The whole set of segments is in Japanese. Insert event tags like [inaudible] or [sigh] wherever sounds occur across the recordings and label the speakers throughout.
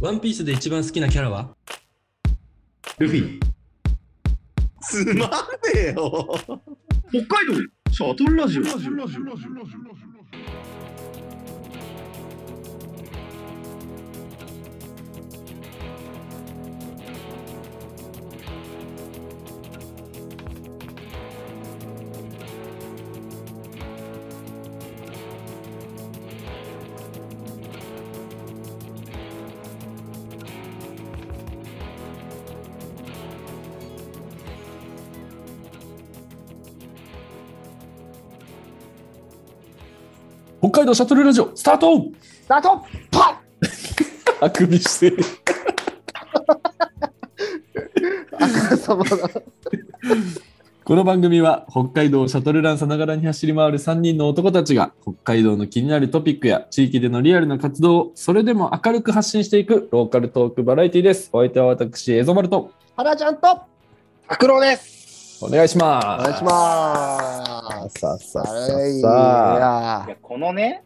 Speaker 1: ワンピースで一番好きなキャラは
Speaker 2: ルフィ。
Speaker 3: つまんねえよ。
Speaker 2: 北海道シャトルラジオ。
Speaker 4: 北海道シャトルラジオスタート
Speaker 5: あとパ
Speaker 4: [laughs] あくびしてる
Speaker 5: ッあからさまだ。
Speaker 4: この番組は北海道をシャトルランさながらに走り回る3人の男たちが北海道の気になるトピックや地域でのリアルな活動をそれでも明るく発信していくローカルトークバラエティです。お相手は私、エゾマルと
Speaker 5: 原ちゃんと
Speaker 3: アクロです。
Speaker 4: お願いしま
Speaker 5: お
Speaker 4: す。
Speaker 5: 願いしま
Speaker 3: さあさあ
Speaker 5: す。
Speaker 3: さ
Speaker 5: は
Speaker 3: あ
Speaker 5: い。い
Speaker 3: さあ。
Speaker 5: や
Speaker 6: いやこのね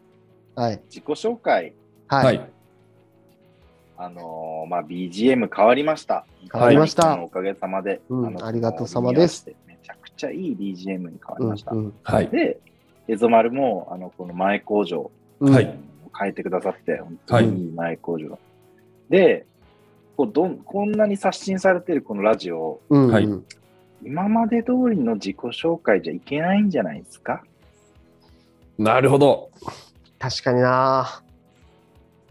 Speaker 5: ーはい。
Speaker 6: 自己紹介
Speaker 5: はい。
Speaker 4: はい。
Speaker 6: あのーまあ BGM 変わりました
Speaker 5: 変わりました
Speaker 6: あのおかげさまで、
Speaker 5: うん
Speaker 6: の
Speaker 5: ありがとうさまで
Speaker 6: 耳に合わせ
Speaker 5: す
Speaker 6: てめちゃくちゃいい BGM に変わり
Speaker 5: うん
Speaker 6: ました、
Speaker 5: うん
Speaker 4: はい。
Speaker 6: でエゾマルもあのこの前工場を
Speaker 5: うん
Speaker 4: はい
Speaker 6: 変えてくださって本当にいい前工場、でこうどんこんなに刷新されてるこのラジオ
Speaker 5: うん
Speaker 4: はい
Speaker 5: うん
Speaker 6: 今まで通りの自己紹介じゃいけないんじゃないですか
Speaker 4: なるほど。
Speaker 5: 確かにな。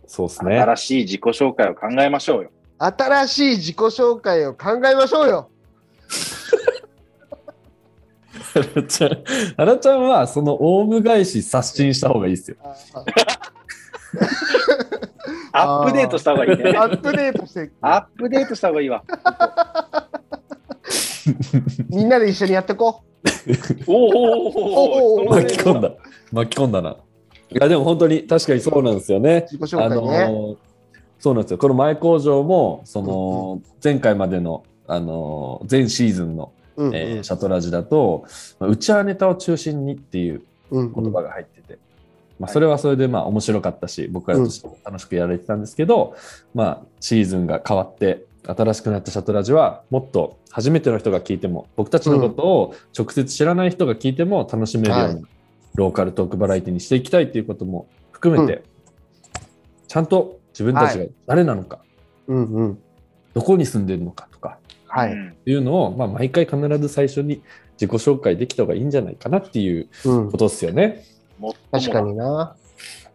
Speaker 4: そうですね。
Speaker 6: 新しい自己紹介を考えましょうよ。
Speaker 5: 新しい自己紹介を考えましょうよ。
Speaker 4: ハラちゃん、 [laughs] ハラちゃんはそのオウム返し刷新した方がいいですよ。
Speaker 5: ああー
Speaker 6: アップデートした方がいい
Speaker 5: [laughs]
Speaker 6: ね。
Speaker 5: アップデートして、
Speaker 6: アップデートした方がいいわ。
Speaker 5: みんなで一緒にやってこ
Speaker 6: おーおー
Speaker 5: おー
Speaker 6: おーおー
Speaker 4: [laughs] 巻き込んだ。巻き込んだな。いや、でも本当に確かにそうなんですよね。
Speaker 5: う。自己紹介
Speaker 4: あ
Speaker 5: ね。
Speaker 4: のーそうなんですよ。この前工場も、その、前回までの、あのー前シーズンの、
Speaker 5: うんうん
Speaker 4: えーシャトラジだと、まあうちはネタを中心にっていう
Speaker 5: うんう
Speaker 4: 言
Speaker 5: ん
Speaker 4: 葉が入ってて、まあ、それはそれでまあ面白かったし、僕らとしても楽しくやられてたんですけど、まあ、シーズンが変わって、新しくなったシャトラジは、もっと初めての人が聞いても、僕たちのことを直接知らない人が聞いても楽しめるように、
Speaker 5: はい
Speaker 4: ローカルトークバラエティにしていきたいということも含めて、ちゃんと自分たちが誰なのか、
Speaker 5: うんうん。
Speaker 4: どこに住んでるのかとか、
Speaker 5: は
Speaker 6: う
Speaker 5: い。
Speaker 6: ん
Speaker 4: いうのを、まあ、毎回必ず最初に自己紹介できた方がいいんじゃないかなっていう
Speaker 5: うん
Speaker 4: こ。とですよね。
Speaker 6: もっともだ
Speaker 5: 確かにな。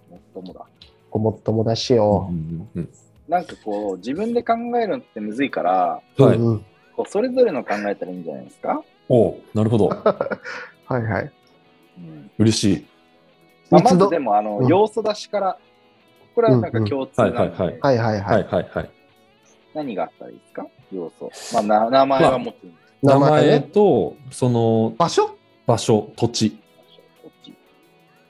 Speaker 6: もっともだ。
Speaker 5: ごもっともだしよ。
Speaker 4: うんうん
Speaker 6: なんかこう、自分で考えるのってむずいから、
Speaker 4: うんはい
Speaker 5: うんうん
Speaker 6: こうそれぞれの考えたらいいんじゃないですか。
Speaker 4: おうなるほど。
Speaker 5: はいはい。
Speaker 6: うん
Speaker 4: 嬉しい。
Speaker 6: まあ、
Speaker 5: いつ
Speaker 6: ま
Speaker 5: ど
Speaker 6: ずでも、あの、
Speaker 5: うん
Speaker 6: 要素出しから、これはなんか共通な
Speaker 4: うんうんはいはい
Speaker 6: の
Speaker 4: はい
Speaker 6: で、
Speaker 5: はい [laughs] はい
Speaker 4: は
Speaker 5: はいい。
Speaker 4: はいはい。
Speaker 6: 何があったらいいですか要素。まあ、な名前は持ってるんです
Speaker 4: 名前
Speaker 5: ね。
Speaker 4: と、その
Speaker 5: 場所
Speaker 4: 場所、土地、
Speaker 6: こっち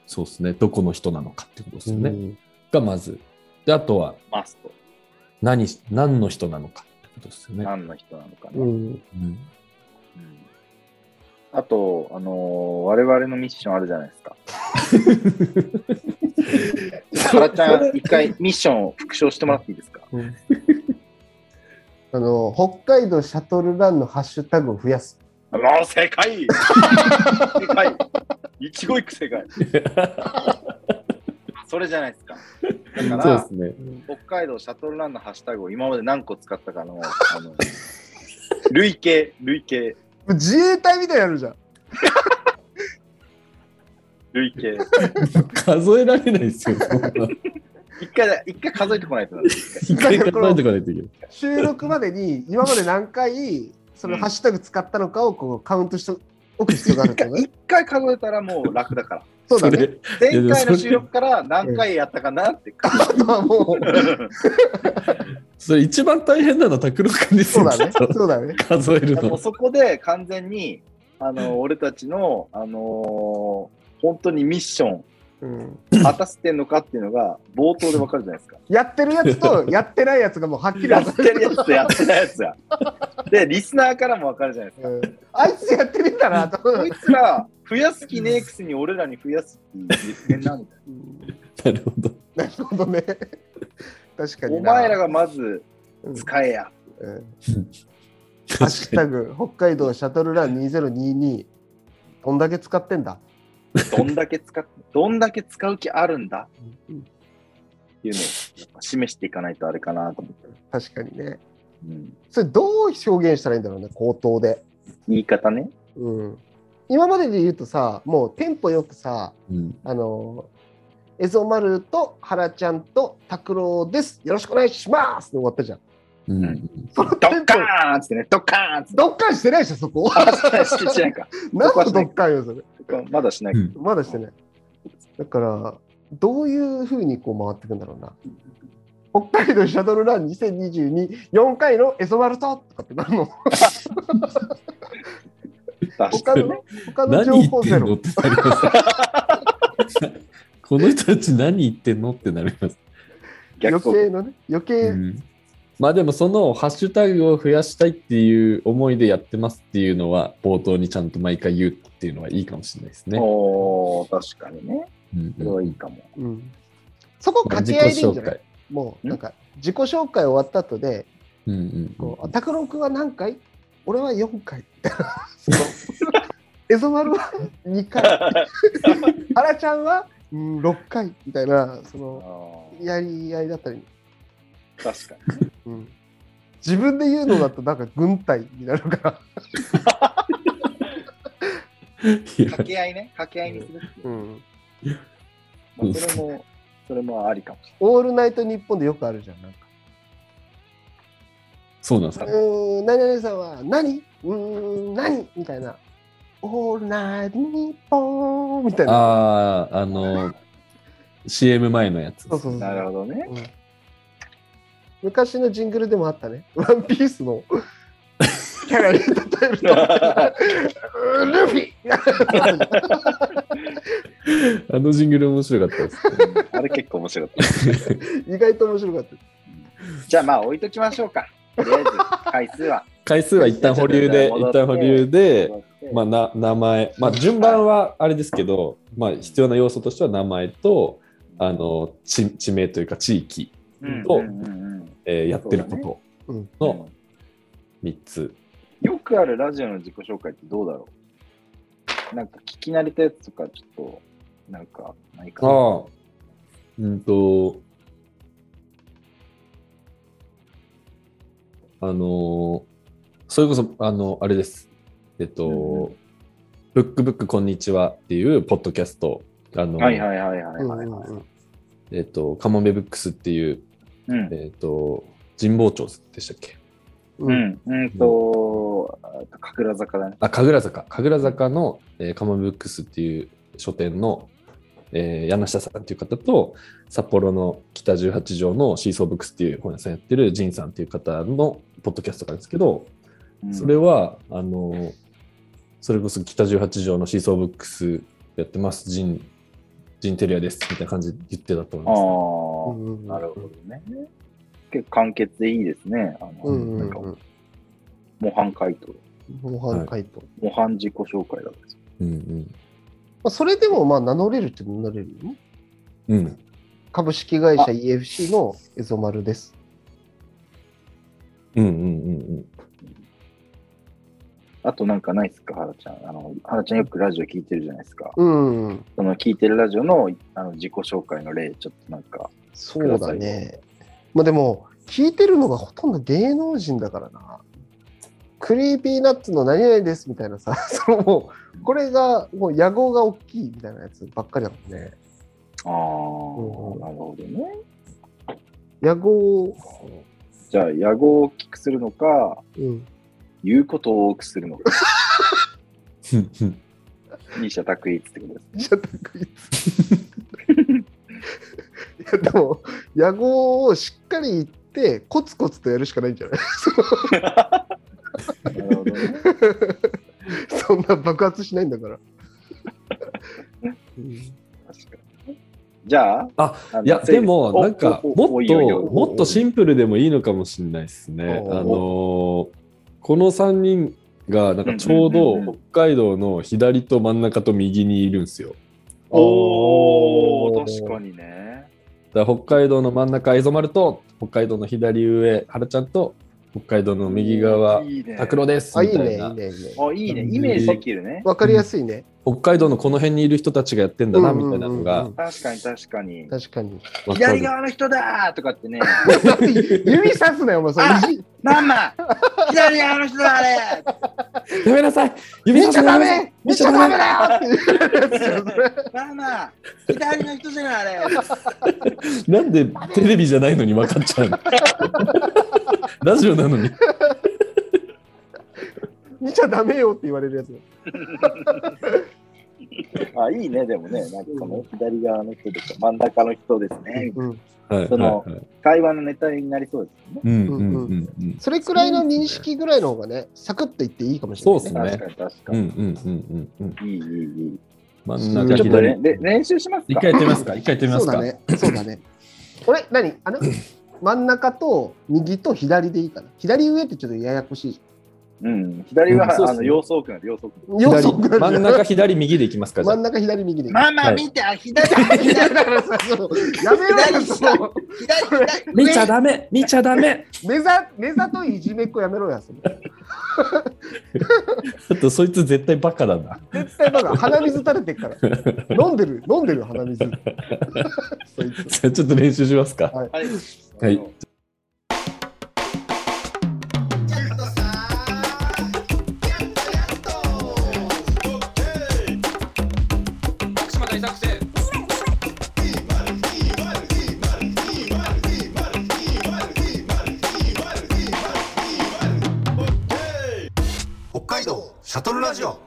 Speaker 4: そうですね、どこの人なのかってことですよね。
Speaker 5: うん
Speaker 4: がまず。で、あとは
Speaker 6: マスト。
Speaker 4: 何し、何の人なのかってことですよね。
Speaker 6: 何の人なのかね。
Speaker 5: うん。
Speaker 4: うん
Speaker 6: うんあと、あのー我々のミッションあるじゃないです [laughs] か。ハラちゃん、一回ミッションを復唱してもらっていいですか
Speaker 5: あの、北海道シャトルランのハッシュタグを増やす。
Speaker 6: もう正解正解一語一句正解それじゃないですか。だ
Speaker 4: [laughs]
Speaker 6: か
Speaker 4: そう
Speaker 6: ら、
Speaker 4: ですね。
Speaker 6: 北海道シャトルランのハッシュタグを今まで何個使ったかの、あの、累計、累計、
Speaker 5: 自衛隊みたいなのやるじゃん。
Speaker 6: 累計。
Speaker 4: 数えられないですよ。そんな
Speaker 6: 一回だ、一回数えてこないとな。
Speaker 4: 一回数えてかないといけない。
Speaker 5: 収録まで [laughs] に今まで何回そのハッシュタグ使ったのかをこうカウントしておく必要があるんだよね。
Speaker 6: 一回数えたらもう楽だから。
Speaker 5: [laughs] そう
Speaker 4: そ
Speaker 5: だね。
Speaker 4: れ、
Speaker 6: 前回の収録から何回やったかなって感
Speaker 5: あとはもう、
Speaker 4: それ一番大変なのは拓郎君です
Speaker 5: [laughs] そう
Speaker 4: よ。
Speaker 5: だね
Speaker 4: きっ。と
Speaker 5: そうだね。
Speaker 4: [laughs] 数える
Speaker 6: じ。も
Speaker 5: [laughs]
Speaker 6: う
Speaker 4: の。
Speaker 6: そこで完全に、あの、俺たちの、あのー本当にミッション、
Speaker 5: うん、
Speaker 6: 果たしてんのかっていうのが、冒頭でわかるじゃないです [laughs] か。
Speaker 5: やってるやつ [laughs] とやってないやつがもうはっきり
Speaker 6: や
Speaker 5: 分
Speaker 6: っ
Speaker 5: か
Speaker 6: て
Speaker 5: る。
Speaker 6: るやつとやってないやつ [laughs] や。で、リスナーからもわかるじゃないですか。
Speaker 5: うんあいつやってみた [laughs] なと。
Speaker 6: こいつら、増やす気ねえくせに俺らに増やすっていう実践なんだよ。
Speaker 5: うん
Speaker 4: なるほど。
Speaker 5: なるほどね。確か
Speaker 6: お
Speaker 5: にな。
Speaker 6: 前らがまず
Speaker 5: うん、
Speaker 6: 使えや。
Speaker 5: うんハッシュタグ、北海道シャトルラン2022。どんだけ使ってんだ
Speaker 6: どんだけ使 [laughs] っ、どんだけ使う気あるんだっていうのをやっぱ示していかないとあれかなと思って。
Speaker 5: 確かにね。
Speaker 6: うん、
Speaker 5: それどう表現したらいいんだろうね、口頭で。
Speaker 6: 言い方ね。
Speaker 5: うん。今までで言うとさ、もうテンポよくさ、
Speaker 4: うん
Speaker 5: あの、エゾマルとハラちゃんと拓郎です。よろしくお願いしますって終わったじゃん。
Speaker 4: うん
Speaker 5: そ
Speaker 6: [laughs]
Speaker 5: の
Speaker 6: ド
Speaker 5: テ
Speaker 6: ッ
Speaker 5: ンポ
Speaker 6: カ、ーンっつってね、ドッカーンっつって。
Speaker 5: どっかんしてないでし [laughs] ょ、そこ。
Speaker 6: あ [laughs] してしてないか。
Speaker 5: 何のどっかんよ、それ。
Speaker 6: まだしないか。
Speaker 4: うん
Speaker 5: まだしてない。だから、どういうふうにこう回っていくんだろうな。北海道シャトルラン2022、4回のエソマルトとかってなるの
Speaker 6: 出して
Speaker 5: 他の、他の情
Speaker 4: 何言
Speaker 5: 報
Speaker 4: って
Speaker 5: ゼ
Speaker 4: んの
Speaker 5: ロ
Speaker 4: っ。てなります。 [laughs] この人たち何言ってんのってなります。
Speaker 5: 余
Speaker 6: 逆効果
Speaker 5: 計のね、余計、
Speaker 4: うんまあでもそのハッシュタグを増やしたいっていう思いでやってますっていうのは冒頭にちゃんと毎回言うっていうのはいいかもしれないですね。
Speaker 6: おー確かにね。
Speaker 4: うん
Speaker 6: それはいいかも。
Speaker 5: うんそこ
Speaker 4: まあ
Speaker 5: 掛
Speaker 4: 自
Speaker 5: け
Speaker 4: 己
Speaker 5: 合いでいいんじ
Speaker 4: 紹
Speaker 5: ゃない
Speaker 4: 介。
Speaker 5: もうなんか自己紹介終わった後で、
Speaker 4: うんうんうん
Speaker 5: こう、拓郎君は何回俺は4回。 [laughs] そのエゾマルは2回。
Speaker 4: [laughs]
Speaker 5: ハラちゃんは、うん、6回みたいな、そ
Speaker 6: あ
Speaker 5: の、
Speaker 6: ー
Speaker 5: やり合いだったり、
Speaker 6: 確か
Speaker 4: [laughs]
Speaker 6: に。
Speaker 5: うん自分で言うのだとなんか軍隊になるから、
Speaker 4: [laughs] いや
Speaker 6: 掛け合いね。掛け合いにするっていう。
Speaker 4: うん
Speaker 6: まあ、それも、それもありかもし
Speaker 5: オールナイトニッポンでよくあるじゃん。なんか
Speaker 4: そうなんですか。
Speaker 5: うーん、何々さんは何うーん、何みたいな。オールナイトニッポンみたいな。
Speaker 4: ああ、あの、CM 前のやつ。
Speaker 5: そうそうそ
Speaker 6: れ
Speaker 5: う
Speaker 6: ない。なるほど [laughs] ね。
Speaker 5: うん昔のジングルでもあったね。ワンピースのキャラに例えると、うールフィ
Speaker 6: [laughs]
Speaker 4: あのジングル面白かったです。
Speaker 6: あれ結構面白かった。
Speaker 5: 意外と面白かった。
Speaker 6: じゃあまあ置いときましょうか。とりあえず、回数は。
Speaker 4: 回数は一旦保留
Speaker 5: [laughs]
Speaker 4: で、一旦保留で、まあ、な名前、まあ、順番はあれですけど、まあ、必要な要素としては名前とあの地地名というか地域、
Speaker 6: うん
Speaker 4: と
Speaker 6: うんうんうん
Speaker 4: えーやってるこ
Speaker 5: そうだ
Speaker 4: と
Speaker 5: ね
Speaker 4: の3つ。
Speaker 6: よくあるラジオの自己紹介ってどうだろうなんか聞き慣れたやつとか、ちょっと、なんか、ないかな。
Speaker 4: ああうんとあのそれこそあのあれですえっと、
Speaker 6: うんう
Speaker 4: ブックブックこんにちは」っていうポッドキャストあの、
Speaker 6: はいはいはいはいはい。
Speaker 5: うんうんうん
Speaker 4: えっとカモメブックスっていう
Speaker 6: うん
Speaker 4: えっ、と、神保町でしたっけ
Speaker 5: う
Speaker 6: うんん、うんと、あと神楽坂だね。
Speaker 4: あ、神楽坂。神楽坂の、えーカモブックスっていう書店の、えー柳下さんっていう方と、札幌の北18条のシーソーブックスっていう本屋さんやってるジンさんっていう方のポッドキャストがあるんですけど、
Speaker 6: うん
Speaker 4: それは、あの、それこそ北18条のシーソーブックスやってます、ジン、ジンテリアです、みたいな感じで言ってたと思い
Speaker 6: あ
Speaker 4: ます。
Speaker 5: う
Speaker 6: あ、
Speaker 5: んうんうん
Speaker 6: なるほどね。結構簡潔でいいですね。あの
Speaker 5: うんう
Speaker 6: なん
Speaker 5: ん
Speaker 6: か
Speaker 5: うん
Speaker 6: 模範回答、
Speaker 5: 模範解答。ま
Speaker 6: 模範自己紹介だったんです
Speaker 4: うん
Speaker 5: あそれでもまあ名乗れるって名乗れるよね。
Speaker 4: うん。うん。
Speaker 5: 株式会社 EFC のエゾマルです。
Speaker 4: うんうんうんうん。
Speaker 6: あとなんかないですか、はらちゃん。あの、はらちゃんよくラジオ聞いてるじゃないですか。
Speaker 5: うんうん、
Speaker 6: その聞いてるラジオのあの自己紹介の例、ちょっとなんか、
Speaker 5: そうだね。まあでも、聞いてるのがほとんど芸能人だからな。クリーピーナッツの何々ですみたいなさ、 [laughs] そのもう、これがもう野望が大きいみたいなやつばっかりだもんね。
Speaker 6: ああ、
Speaker 5: うん
Speaker 6: なるほどね。
Speaker 5: 野望を、
Speaker 6: じゃあ、野望を大きくするのか、
Speaker 5: うん、
Speaker 6: 言うことを多くするのか、 [laughs]
Speaker 4: うんうん
Speaker 6: 二者択一ってことですね。
Speaker 5: じゃたくい [laughs] つ。いや、でも、野望をしっかり言って、コツコツとやるしかないんじゃない [laughs]
Speaker 6: なるほどね。
Speaker 5: そんな爆発しないんだから。うん
Speaker 6: 確かに。じゃあ、
Speaker 4: あ
Speaker 6: あの
Speaker 4: いや
Speaker 6: 整理
Speaker 4: でも
Speaker 6: お
Speaker 4: なんか
Speaker 6: おお
Speaker 4: も
Speaker 6: お
Speaker 4: っ
Speaker 6: いよいよ
Speaker 4: ともっとシンプルでもいいのかもしれないですね。あ
Speaker 5: おー
Speaker 4: のーこの3人がなんかちょう
Speaker 6: うんうんうんう
Speaker 4: ど
Speaker 6: ん
Speaker 4: 北海道の左と真ん中と右にいるんですよ。
Speaker 6: [laughs] おお、確かにね。
Speaker 4: だから北海道の真ん中エゾマルと北海道の左上、原ちゃんと北海道の右側、
Speaker 6: いいね
Speaker 4: 拓郎です
Speaker 5: あ、
Speaker 4: み
Speaker 5: いい
Speaker 4: た
Speaker 5: ね、い
Speaker 4: い
Speaker 5: い
Speaker 4: な
Speaker 5: ね、いいね。
Speaker 6: あ、いいね。イメージできるね。
Speaker 5: わかりやすいね。
Speaker 4: 北海道のこの辺にいる人たちがやってんだなみたいなの
Speaker 5: うんう
Speaker 4: が
Speaker 5: んうん
Speaker 6: 確かに確かに。
Speaker 5: 確
Speaker 4: [laughs]
Speaker 5: かに。
Speaker 4: 分か
Speaker 6: 左
Speaker 4: る。
Speaker 6: 側の人だーとかってね、
Speaker 5: なんで指さすなよ、お前。それ
Speaker 6: あ
Speaker 5: 意地
Speaker 6: マンマ左側の人だ
Speaker 4: [laughs]
Speaker 6: あれ
Speaker 4: やめなさい指
Speaker 5: 見
Speaker 4: さ
Speaker 5: ちゃ
Speaker 4: すのや
Speaker 5: ダ
Speaker 4: めなさい
Speaker 5: メ見ちゃダメだよって
Speaker 6: マンマ左の人じゃないあれ
Speaker 4: なんでテレビじゃないのに分かっちゃ [laughs] うのラジオなのに。
Speaker 5: 見ちゃダメよって言われるやつ。
Speaker 6: あ、いいね、でもね、なんかこの左側の人とか真ん中の人ですね。
Speaker 5: うん、
Speaker 4: はい
Speaker 6: その
Speaker 4: はいはい
Speaker 6: 会話のネタになりそうですよね。
Speaker 4: うんうんうんうん
Speaker 5: それくらいの認識ぐらいの方がね、サクッといっていいかもしれ
Speaker 4: そ
Speaker 5: な
Speaker 4: う
Speaker 5: い、
Speaker 4: です
Speaker 6: 確
Speaker 4: ね
Speaker 6: か。に確か
Speaker 4: うんう
Speaker 6: に。
Speaker 4: んうんうんうん。
Speaker 6: いいいいいい。
Speaker 4: 真ん中
Speaker 5: ち
Speaker 6: ちょっと
Speaker 4: 左
Speaker 6: ね。、れ練習します
Speaker 4: 一
Speaker 6: か
Speaker 4: 回やってみますか。一回やってみま
Speaker 5: そ
Speaker 4: す
Speaker 5: うだ
Speaker 4: か。
Speaker 5: ね。そうだね。これ、何あの真ん中と右と左でいいかな。左上ってちょっとややこしいじ
Speaker 6: うん。左は、
Speaker 4: うんそうっす
Speaker 6: あ
Speaker 4: ね
Speaker 6: の、要素多くなる、要素多くなる。
Speaker 5: ゃん。要素
Speaker 4: 左真ん中左右でいきますか。じゃ
Speaker 5: 真
Speaker 4: あ
Speaker 5: ん中左右でいい。
Speaker 6: ママ
Speaker 4: はい
Speaker 6: 見て、あ、左、左、
Speaker 5: [laughs] だからさ、そうやめろよ、
Speaker 6: 左
Speaker 5: その
Speaker 6: 左、左。
Speaker 4: 見ちゃダメ見ちゃダメ
Speaker 5: 目ざ、目ざといいじめっこやめろや、その
Speaker 4: [laughs] ちょっとそいつ絶対バカだな。 [laughs]
Speaker 5: 絶対バカ、鼻水垂れてっから。飲んでる、飲んでる、鼻水。そいつ
Speaker 4: じゃあちょっと練習しますか。
Speaker 6: はい。
Speaker 4: はい。
Speaker 3: [laughs] 北海道シャトルラジオ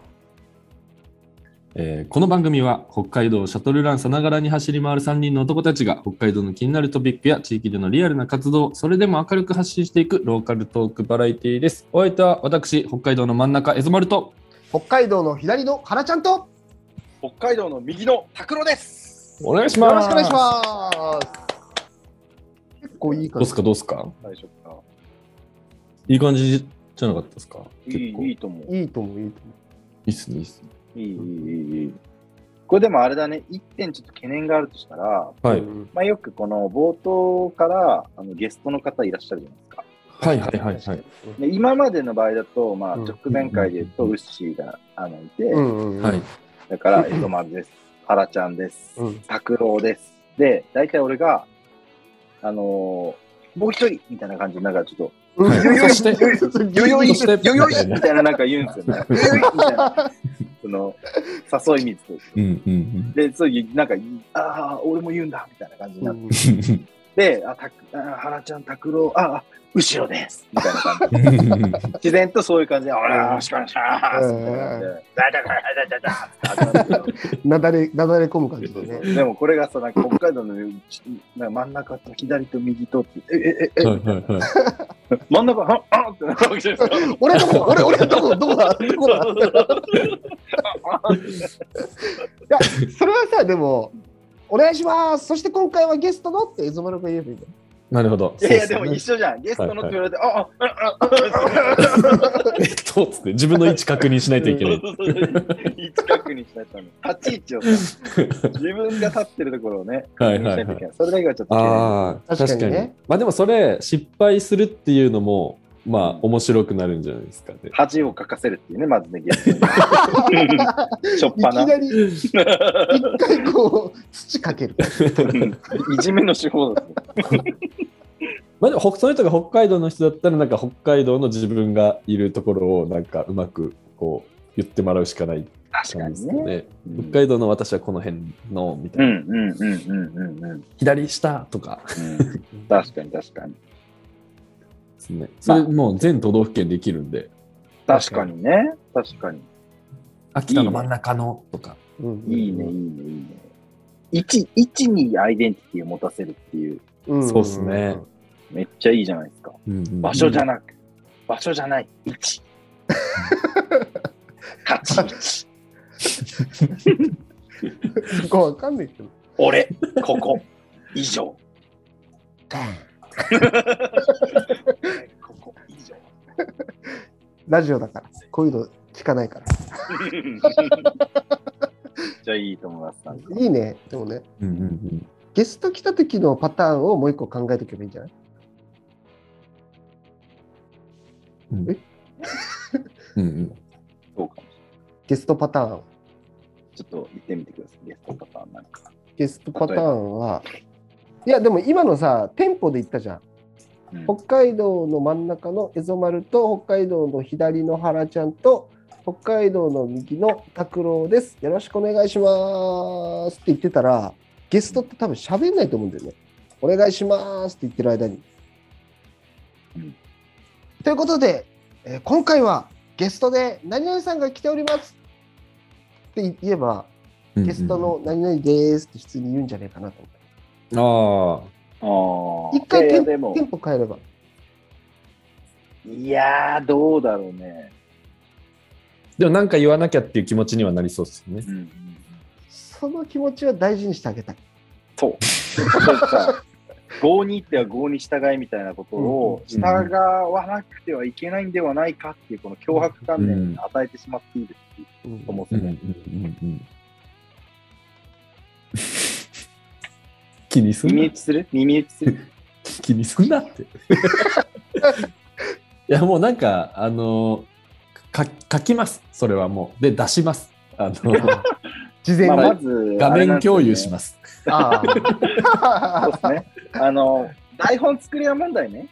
Speaker 4: えーこの番組は北海道をシャトルランさながらに走り回る3人の男たちが北海道の気になるトピックや地域でのリアルな活動それでも明るく発信していくローカルトークバラエティーですお相手は私北海道の真ん中エゾマルと
Speaker 5: 北海道の左の原ちゃんと。
Speaker 6: 北海道の右の拓郎です。
Speaker 4: お願いし
Speaker 5: よ
Speaker 4: ま
Speaker 5: ろ
Speaker 4: す
Speaker 5: しくお願いします。結構いい
Speaker 4: ど
Speaker 5: 感
Speaker 4: うっ
Speaker 5: じ
Speaker 4: す。かどうっすか
Speaker 6: 最初から。
Speaker 4: いい感じじゃなかったですか
Speaker 6: い
Speaker 4: 結
Speaker 6: い、
Speaker 4: 構
Speaker 6: い
Speaker 4: い
Speaker 6: いと思う。
Speaker 5: いいと思う、いいと思
Speaker 4: いっすねいいっすね
Speaker 6: いい、いい、いい、いい。これでもあれだね、一点ちょっと懸念があるとしたら、
Speaker 5: う。、
Speaker 4: はいう
Speaker 5: ん
Speaker 6: まあ、よくこの冒頭からあのゲストの方いらっしゃるじゃないですか。
Speaker 4: はいはいはいはい
Speaker 6: で今までの場合だと、まあ、
Speaker 5: うん
Speaker 6: 直前回で言うと、ウッシーがあのいて、
Speaker 5: うんうんうん。
Speaker 4: はい
Speaker 6: だから、江戸丸です、原ちゃんです、
Speaker 5: うん
Speaker 6: 拓郎です。で、大体俺が、あのーもう一人みたいな感じで、なんかちょっ
Speaker 4: はい
Speaker 5: う
Speaker 4: そ
Speaker 5: ん
Speaker 4: して
Speaker 6: と、よよい、
Speaker 4: そして
Speaker 6: よよい
Speaker 4: みたいな
Speaker 6: みたいななんか言うんですよね。よよいみたいな。その、誘い水とし
Speaker 4: う
Speaker 6: て。
Speaker 4: んうん [laughs] うん
Speaker 6: で、そういう、なんか、ああ、俺も言うんだみたいな感じになっ
Speaker 5: うん
Speaker 6: て、あ、たくあ原ちゃん、拓郎、ああ、後ろですみたいな感じ。 [laughs] 自然とそういう感じで、あら、よろしくお願いします。みたいな感じでだだだだだだだ
Speaker 5: なだれ、なだれ込む感じでね。
Speaker 6: でもこれがさ、なんか北海道のうちなんか真ん中と左と右とって、え、え、え、
Speaker 4: はいはいはい
Speaker 6: 真ん中、あ、あってなるわけじゃないですか。
Speaker 5: 俺どこ、俺、俺どこ、どこだ、ど
Speaker 6: [laughs]
Speaker 5: こだ。いや、それはさ、でも、お願いします。そして今回はゲストのって、エゾマルが言えばいいんだよ
Speaker 4: なるほど
Speaker 6: いやいや、でも
Speaker 4: そうっすね
Speaker 6: 一緒じゃん。ゲストのって言われて、あ、あ、あ、
Speaker 4: えっとつって自分の位置確認しないといけ
Speaker 6: [laughs]
Speaker 4: ない
Speaker 6: 位置確認しないと立ち位置を自分が立ってるところをね、
Speaker 4: は
Speaker 6: 確
Speaker 4: い
Speaker 6: 認し
Speaker 4: は
Speaker 6: ないいと
Speaker 4: はい
Speaker 6: いけない。それだけはちょっと懸念。
Speaker 4: ああ、
Speaker 5: 確
Speaker 4: 確
Speaker 5: か
Speaker 4: か
Speaker 5: に
Speaker 4: に,、
Speaker 5: ね
Speaker 4: まあでもそれ、失敗するっていうのも、まあ面白くなるんじゃないですかね。
Speaker 6: 恥をかかせるっていうね、まずね、ゲストに。しょっ
Speaker 5: い
Speaker 6: ぱな
Speaker 5: き。なり、一回こう、土かける。
Speaker 6: いじめの手法だと。
Speaker 4: まあでもほ、その人が北海道の人だったら、なんか北海道の自分がいるところを、なんかうまくこう言ってもらうしかない
Speaker 6: 確
Speaker 4: 感じですか。ね。
Speaker 6: うん
Speaker 4: 北海道の私はこの辺の、みた
Speaker 6: う
Speaker 4: い
Speaker 6: ん
Speaker 4: な。
Speaker 6: うんうんうんうんうん。
Speaker 4: 左下とか
Speaker 6: うん確かに確かに。
Speaker 4: ですね。それもう全都道府県できるんで、
Speaker 6: 確かにね。確かに。
Speaker 4: 秋田の真ん中のとか。
Speaker 5: うん
Speaker 6: いいね、いいね、いいね。一、一にアイデンティティを持たせるっていう、
Speaker 5: うん
Speaker 4: そうっすね。
Speaker 6: めっちゃいいじゃないですか。
Speaker 4: うんうん
Speaker 6: 場所じゃなく、場所じゃない、一。立ち位置、
Speaker 5: こうわかんないけど。
Speaker 6: 俺、ここ、以上。俺ここ、以上。
Speaker 5: ラジオだから、こういうの聞かないから。
Speaker 6: じゃあいいと思います。なんか
Speaker 5: いいね、でもね。
Speaker 4: うんうんうん
Speaker 5: ゲスト来た時のパターンをもう一個考えとけばいいんじゃない
Speaker 4: うん
Speaker 5: え
Speaker 4: うんうん
Speaker 6: そうかもしれ
Speaker 5: ゲストパターン。
Speaker 6: ない。ちょっと行ってみてください。ゲストパターンなんか。
Speaker 5: ゲストパターンは、いや、でも今のさ、店舗で行ったじゃ
Speaker 6: う
Speaker 5: ん。
Speaker 6: ん
Speaker 5: 北海道の真ん中の蝦夷丸と、北海道の左の原ちゃんと、北海道の右の拓郎です。よろしくお願いしますって言ってたら、ゲストって多分喋んないと思うんだよね。お願いしますって言ってる間に。
Speaker 6: うん
Speaker 5: ということで、えー今回はゲストで何々さんが来ておりますって言えば、
Speaker 4: うん
Speaker 5: ゲストの何々ですって普通に言うんじゃねえかなと思って。
Speaker 4: あ
Speaker 6: ああ。
Speaker 5: 一回
Speaker 6: いやいや
Speaker 5: テン
Speaker 6: でも、
Speaker 5: テンポ変えれば。
Speaker 6: いやー、どうだろう
Speaker 4: あ
Speaker 6: ね。
Speaker 4: でもなんか言わなきゃっていう気持ちにはなりそうですよね
Speaker 6: う。ん。
Speaker 5: その気持ちは大事にしてあげたい。
Speaker 6: そう。なんか郷に入っては郷に従いみたいなことを
Speaker 4: うん
Speaker 6: 従わなくてはいけないんではないかっていうこの脅迫観念を与えてしまっていいですし、
Speaker 5: うん
Speaker 6: そも
Speaker 4: う
Speaker 6: そ
Speaker 4: んうん
Speaker 6: も。
Speaker 4: うんうん [laughs] 気にすん
Speaker 6: 耳
Speaker 4: な
Speaker 6: 打ちする耳打ちする
Speaker 4: 気にすんなって。い [laughs] やもうなんかあのか書きますそれはもうで出しますあの
Speaker 5: 事前
Speaker 6: まあ、ま
Speaker 5: に。
Speaker 6: ず、
Speaker 4: [laughs] 画面共有し
Speaker 6: す
Speaker 4: ます。
Speaker 5: あ
Speaker 6: ね。 [laughs] そう
Speaker 5: あ
Speaker 6: ですね。あの、台本作りは問題ね。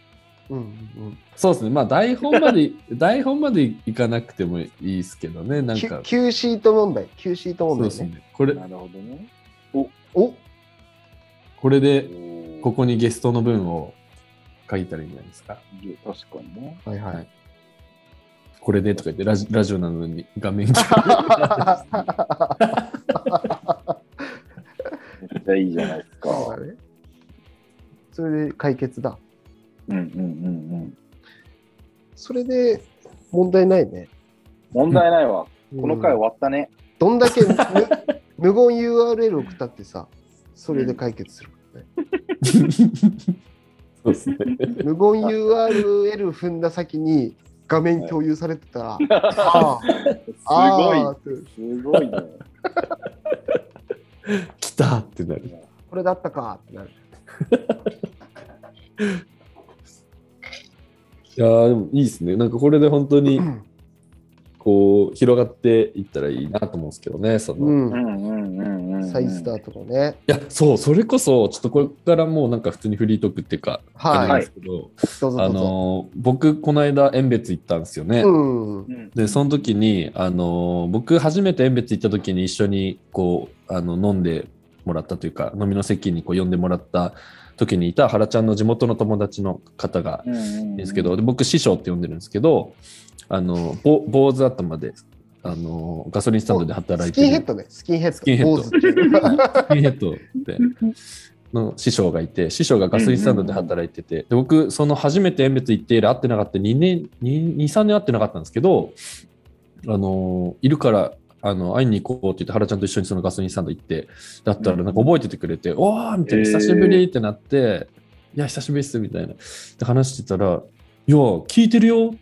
Speaker 5: うんうん
Speaker 4: そうですね。まあ台本まで [laughs] 台本までいかなくてもいいですけどね。
Speaker 5: う。
Speaker 4: なんん
Speaker 5: き
Speaker 4: か
Speaker 5: ゅ9シート問題。9シート
Speaker 4: そうで
Speaker 5: 問題
Speaker 4: す
Speaker 5: ね。
Speaker 4: ね。これ
Speaker 6: なるほどね。
Speaker 5: お
Speaker 4: これでこ
Speaker 6: こ
Speaker 4: こにゲストの文を書いたらいいんじゃないですか。
Speaker 6: 確かにね。
Speaker 5: はいは
Speaker 4: はいい。これでとか言ってラジラジオなのに画面
Speaker 6: めっちゃいいじゃないです
Speaker 4: [laughs]
Speaker 6: か。
Speaker 5: [laughs] そうだねそれで解決だ。
Speaker 6: うんうんうんうん。
Speaker 5: それで問題ないね。
Speaker 6: 問題ないわ。
Speaker 5: うん
Speaker 6: この回終わったね。
Speaker 5: どんだけむ [laughs] 無言 URL 送ったってさ、それで解決するからね。
Speaker 4: そうですね。
Speaker 5: 無言 URL 踏んだ先に画面共有されてたら、あ
Speaker 6: す
Speaker 5: あ、ああ
Speaker 6: ご
Speaker 5: って
Speaker 6: い。すごいね。
Speaker 4: 来たってなる。
Speaker 5: これだったかってなる。
Speaker 4: いやーでもいいですね。なんかこれで本当にこう広がっていったらいいなと思うんですけどね。その、
Speaker 5: う、
Speaker 6: うんんうんうんうん。
Speaker 5: 再スタートのね。
Speaker 4: いやそうそれこそちょっとこれからもうなんか普通にフリートークっていうか。
Speaker 5: はい、
Speaker 4: なんですけど、
Speaker 5: どうぞど
Speaker 4: あ
Speaker 5: うぞ。
Speaker 4: のー僕この間遠別行ったんですよね。
Speaker 5: うん、
Speaker 6: うん。
Speaker 4: でその時にあのー僕初めて遠別行った時に一緒にこうあの飲んでもらったというか飲みの席にこう呼んでもらった時にいた原ちゃんの地元の友達の方が
Speaker 6: うんうんうん
Speaker 4: ですけど、で僕師匠って呼んでるんですけどあのぼ坊主頭であのーガソリンスタンドで働
Speaker 5: ス
Speaker 4: いて
Speaker 5: キ
Speaker 4: る
Speaker 5: ンヘッドね、スキンヘッド。
Speaker 4: キンヘッド
Speaker 5: 坊主ってい
Speaker 4: ス
Speaker 5: う
Speaker 4: キンヘッドでの師匠がいて師匠がガソリンスタンドで働いてて、で僕その初めて遠別行って以来会ってなかった2年23年会ってなかったんですけどあのいるからあの会いに行こうって言って原ちゃんと一緒にそのガソリンスタンド行ってだったらなんか覚えててくれて「おー!」みたいな「
Speaker 6: へー
Speaker 4: 久しぶり!」ってなって「いや久しぶりっす」みたいなで話してたら「いや聞いてるよ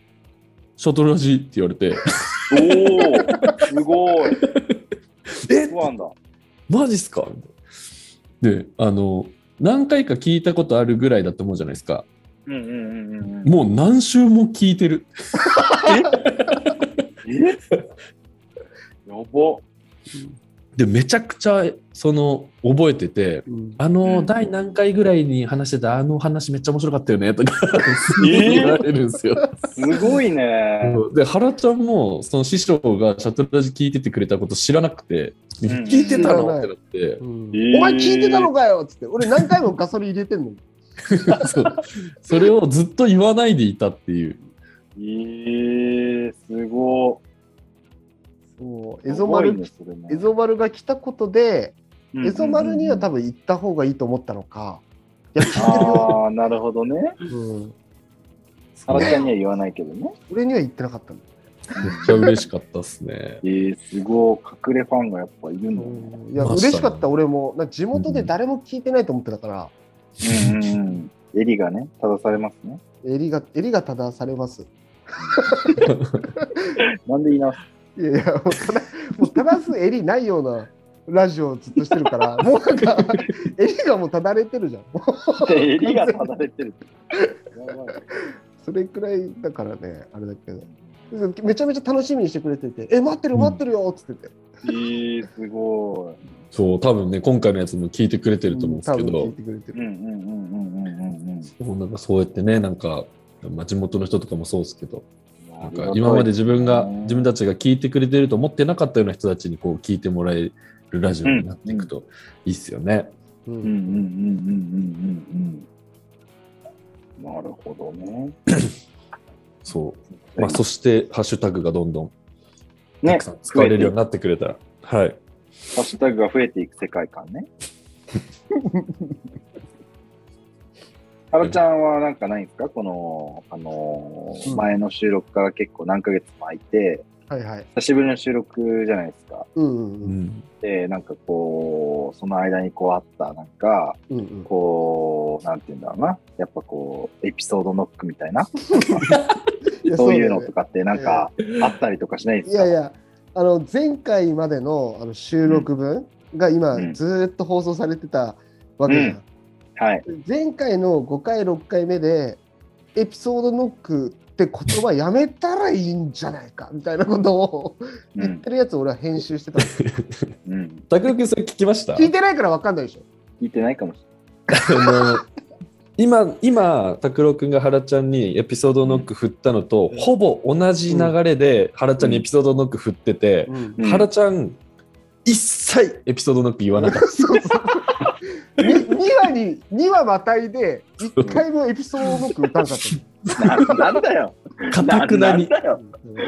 Speaker 4: シャトルラジ」って言われて
Speaker 6: おお、すごい。
Speaker 4: 「 [laughs] えっ
Speaker 6: そうなんだ。
Speaker 4: マジっすかみたいなであの何回か聞いたことあるぐらいだと思うじゃないですか
Speaker 6: うんうんうんうんうん。
Speaker 4: もう何週も聞いてる
Speaker 6: やば。
Speaker 4: でめちゃくちゃその覚えてて
Speaker 5: うん
Speaker 4: あ
Speaker 6: う
Speaker 4: の
Speaker 6: ん
Speaker 4: 第何回ぐらいに話してたあの話めっちゃ面白かったよねとか
Speaker 6: えー
Speaker 4: 言われるんですよ。
Speaker 6: すごいね。
Speaker 4: で原ちゃんもその師匠がシャトルラジ聞いててくれたこと知らなくて「
Speaker 6: ん
Speaker 4: 聞いてたの?」ってなって
Speaker 5: うん
Speaker 6: えー
Speaker 5: お前聞いてたのかよっつ [laughs] って、俺何回もガソリン入れてんのに。
Speaker 4: [laughs] そうそれをずっと言わないでいたっていう。
Speaker 6: えー、すご
Speaker 5: そう、
Speaker 6: い。
Speaker 5: エゾマル、
Speaker 6: すごいねそれも
Speaker 5: エゾマルが来たことで、
Speaker 6: うんうんうん
Speaker 5: エゾマルには多分行った方がいいと思ったのか。いや、聞いてるよ。
Speaker 6: ああ、なるほどね。
Speaker 5: うん
Speaker 6: サラちゃんには言わないけどね。
Speaker 5: 俺には言ってなかったの。
Speaker 4: めっちゃ嬉しかったっすね。
Speaker 6: えー、すごい。隠れファンがやっぱいるんだね。
Speaker 5: いや、
Speaker 4: ま
Speaker 5: 嬉
Speaker 4: したね
Speaker 5: しかった、俺も。なんか地元で誰も聞いてないと思ってたから、
Speaker 6: うんうんうん。襟がね、正されますね。
Speaker 5: 襟が、襟が正されます。
Speaker 6: なんで言い直す
Speaker 5: いやいや、もうただ、もうただす襟ないようなラジオをずっとして
Speaker 4: [laughs]
Speaker 5: るから、もうなんか、襟がもうただれてるじゃん。もう
Speaker 6: 襟が正れてる。やばい
Speaker 5: それくらいだからね、あれだけど。めちゃめちゃ楽しみにしてくれてて、え、待ってる、
Speaker 4: うん
Speaker 5: 待ってるよっつってて。
Speaker 6: えー、すごい。
Speaker 4: そう、多分ね、今回のやつも聞いてくれて
Speaker 5: 多
Speaker 4: ると思うんですけ
Speaker 5: 分聞
Speaker 4: ど
Speaker 5: い、てくれて
Speaker 6: うんう
Speaker 5: る。
Speaker 6: んうんうんうんうん
Speaker 4: そうなんかそうやってね、なんか、まあ、地元の人とかもそうですけど、
Speaker 6: うん。
Speaker 4: なんか今まで自分が、
Speaker 6: うん
Speaker 4: 自分たちが聞いてくれてると思ってなかったような人たちにこう聞いてもらえるラジオになっていくといいっすよね。
Speaker 5: う
Speaker 6: うんうんんうんうんうんうんうん。なるほどね。
Speaker 4: そう。まあ、そして、ハッシュタグがどんどんた
Speaker 6: ね
Speaker 4: くさん使われるようになってくれたら。はい。
Speaker 6: ハッシュタグが増えていく世界観ね。ハラちゃんはなんかないんですかこの、あのー
Speaker 5: うん
Speaker 6: 前の収録から結構何ヶ月も空いて、
Speaker 5: はいはい。
Speaker 6: 久しぶりの収録じゃないですか。
Speaker 5: うんうんうん
Speaker 4: ん。
Speaker 6: で、なんかこう、その間にこうあった、なんか、
Speaker 5: うんうん。
Speaker 6: こう、なんて言うんだろうな。やっぱこう、エピソードノックみたいな、
Speaker 5: いや
Speaker 6: そうい
Speaker 5: だ
Speaker 6: う
Speaker 5: よ
Speaker 6: の
Speaker 5: ね
Speaker 6: とかってなんかあったりとかしないで
Speaker 5: い
Speaker 6: す
Speaker 5: や
Speaker 6: か
Speaker 5: いや、あの前回までのあの収録分が今、
Speaker 6: うん
Speaker 5: ずーっと放送されてたわけじゃん。
Speaker 6: はい。
Speaker 5: 前回の5回、6回目で、エピソードノックって言葉やめたらいいんじゃないかみたいなことを
Speaker 6: う
Speaker 5: 言っ
Speaker 6: ん。
Speaker 5: てるやつを俺は編集してたんですよ。
Speaker 6: うん。
Speaker 4: たくるくんそれ聞きました
Speaker 5: 聞いてないから分かんないでしょ。
Speaker 6: 聞いてないかもし
Speaker 4: あの今、今、拓郎くんが原ちゃんにエピソードノック振ったのと、
Speaker 5: うん
Speaker 4: ほぼ同じ流れで原ちゃんにエピソードノック振ってて、
Speaker 5: うん
Speaker 6: れない。
Speaker 4: 原ちゃん、一切エピソードノック言わなかっ
Speaker 5: そうそう。に2話に、2話またいで、1回もエピソードノック打たなかっ
Speaker 6: ななんだよ。
Speaker 4: た。かたくなに。
Speaker 6: んだよ。
Speaker 5: たの。う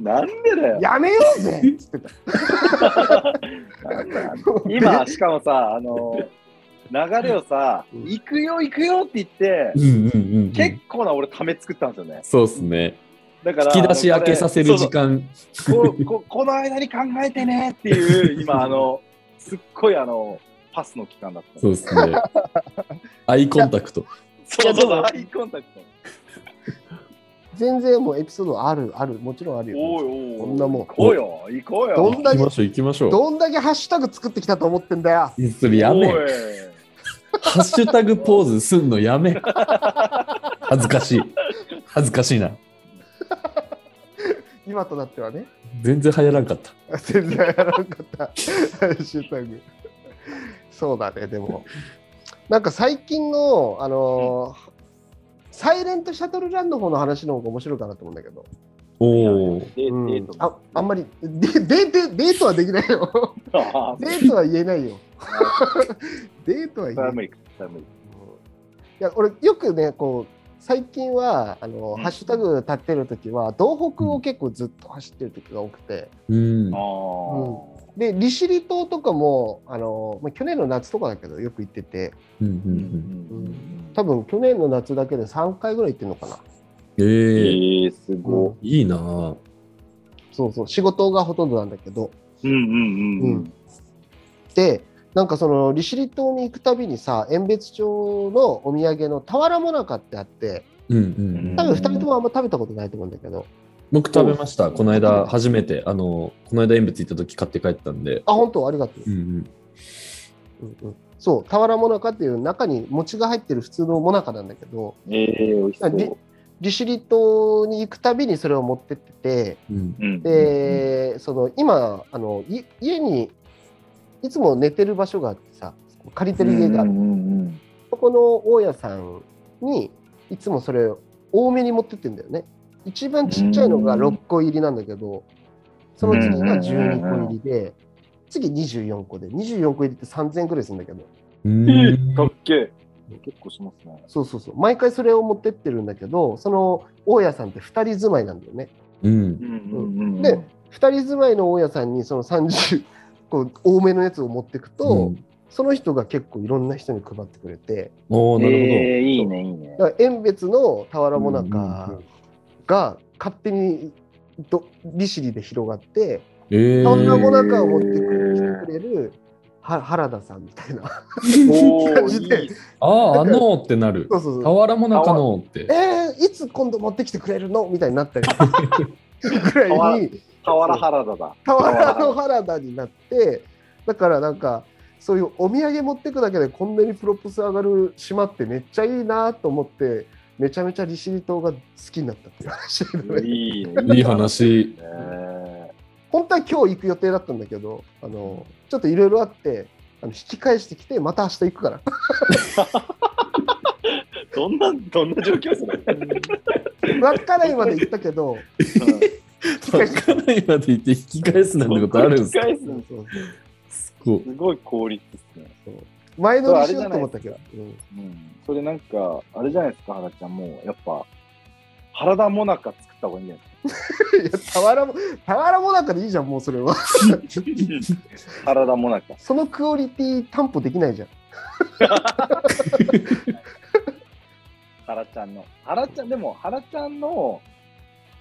Speaker 5: ん
Speaker 6: なんでだよ。
Speaker 5: やめようぜっつってた。
Speaker 6: なんだよ今、しかもさ、あの、流れをさ、
Speaker 5: うん
Speaker 6: 行くよ、行くよって言って
Speaker 4: う、んうんうんうん
Speaker 6: 結。構な俺、ため作ったんですよね。
Speaker 4: そうですね。
Speaker 6: だから、
Speaker 4: 引き出し開けさせる時間。
Speaker 6: そうそうこ [laughs] ここの間に考えてねっていう、今、あの、すっごい、あの、パスの期間だった。
Speaker 4: そうですね。 [laughs] アイコンタクト。
Speaker 6: そうそう、アイコンタクト。
Speaker 5: 全然もうエピソードある、ある、もちろんあるよ。
Speaker 6: おいおいおい。
Speaker 5: こんなもん
Speaker 6: 行こうよ、行こうよ。
Speaker 5: どん
Speaker 4: 行きましょう、行きましょ
Speaker 5: どんだけハッシュタグ作ってきたと思ってんだよ。
Speaker 4: う。それやめ。
Speaker 6: おい
Speaker 4: ハッシュタグポーズすんのやめ。恥ずかしい。恥ずかしいな。
Speaker 5: 今となってはね。
Speaker 4: 全然流行らんかった。
Speaker 5: 全然やらなかった。ハッシュタグ。そうだね、でも。なんか最近の、あのーサイレントシャトルランの方の話の方が面白いかなと思うんだけど。
Speaker 4: おお。
Speaker 6: デデ
Speaker 5: うん
Speaker 6: ート
Speaker 5: ああんまりデデデデートはできない
Speaker 6: [laughs]
Speaker 5: よ。
Speaker 6: あ
Speaker 5: デートは言えないよ。 [laughs] デートは
Speaker 6: それ
Speaker 5: 言え
Speaker 6: は
Speaker 5: な
Speaker 6: 無
Speaker 5: い。
Speaker 6: 理、それは無理。
Speaker 5: いや俺よくねこう最近はあの、
Speaker 6: うん
Speaker 5: ハッシュタグ立ってる時は東北を結構ずっと走ってる時が多くて、
Speaker 4: うん
Speaker 6: あ。あ。
Speaker 5: で利尻島とかもあの、まあ、去年の夏とかだけどよく行ってて
Speaker 4: うんう
Speaker 6: うんうん
Speaker 4: ん
Speaker 6: うんうん
Speaker 5: 多分去年の夏だけで3回ぐらい行ってるのかな
Speaker 4: うん。ええ。
Speaker 6: ええすごい。
Speaker 4: いいなぁ。
Speaker 5: そうそう仕事がほとんどなんだけど
Speaker 6: うんうんうんう。
Speaker 5: うんでなんかその利尻島に行くたびにさ遠別町のお土産の俵もなかってあって
Speaker 4: うんうんうん
Speaker 5: 多分
Speaker 6: うん
Speaker 5: 2人ともあんま食べたことないと思うんだけど、
Speaker 4: 僕食べました。この間初めて、あの、この間縁別行った時買って帰ったんで。
Speaker 5: あ本当ありがと
Speaker 4: う、
Speaker 5: う
Speaker 4: ん
Speaker 5: うんうん、そう俵もなかっていう中に餅が入ってる普通のもなかなんだけど
Speaker 6: ええ美味しそ
Speaker 5: あり
Speaker 6: う。
Speaker 5: 利尻島に行くたびにそれを持ってってて
Speaker 4: うん。うん。
Speaker 6: うん
Speaker 5: で、その今あのい家にいつも寝てる場所があってさ借りてる家がある、
Speaker 6: うんうん
Speaker 5: そこの大家さんにいつもそれ多めに持ってってんだよね一番ちっちゃいのが
Speaker 6: うん
Speaker 5: 6個入りなんだけどその次が12個入りで次24個で24個入りって3000円くらいするんだけど
Speaker 4: うん
Speaker 6: うんうん。かっけえ。結構しますね。
Speaker 5: そうそうそう毎回それを持ってってるんだけどその大家さんって2人住まいなんだよね
Speaker 4: うん
Speaker 6: うんうんうん。
Speaker 5: で2人住まいの大家さんにその30個多めのやつを持ってくと、その人が結構いろんな人に配ってくれて、
Speaker 4: おおなる
Speaker 6: ええいいねいいね。
Speaker 5: だから遠別の俵もな
Speaker 4: うんうんう
Speaker 5: かが勝手にど利尻で広がって、
Speaker 4: ほど。ええ
Speaker 5: 俵もなかを持ってきてくれるは原田さんみたいな。
Speaker 4: [laughs]
Speaker 6: お
Speaker 5: [laughs] 感
Speaker 6: おい
Speaker 5: じ
Speaker 6: い
Speaker 5: で。
Speaker 4: ああ、あのーってなる
Speaker 5: そ。うそうそう
Speaker 4: 俵もなかのーって。
Speaker 5: えー、いつ今度持ってきてくれるのみたいになったりぐらいに
Speaker 6: 俵原田だ。
Speaker 5: 俵の原田になってだからなんかそういうお土産持ってくだけでこんなにプロポス上がる島ってめっちゃいいなと思ってめちゃめちゃ利尻島が好きになったっていう話だね
Speaker 6: いい
Speaker 4: いい話。
Speaker 6: ね
Speaker 5: 本当は今日行く予定だったんだけど、あのちょっといろいろあって、あの引き返してきて、また明日行くから。 [laughs]
Speaker 6: どんな、どんな状況それ。
Speaker 5: 稚内まで行ったけど、
Speaker 4: 稚内まで行って引き返すなんてことあるんですか
Speaker 6: 返す
Speaker 5: そうそうそ
Speaker 4: すご
Speaker 5: う
Speaker 4: い
Speaker 6: すごい効率ですね。
Speaker 5: 前乗りしようと思ったけど、うん
Speaker 6: うん。それなんか、あれじゃないですか、原ちゃん。もう、やっぱ、原田もなか作った方がいいんじゃない
Speaker 5: いや俵も俵もなんかでいいじゃん、もうそれ
Speaker 6: [laughs]
Speaker 5: は。
Speaker 6: ですか。原田もなか。
Speaker 5: そのクオリティ担保できないじゃん。
Speaker 6: 原ちゃんの。原ちゃん、でも、原ちゃんの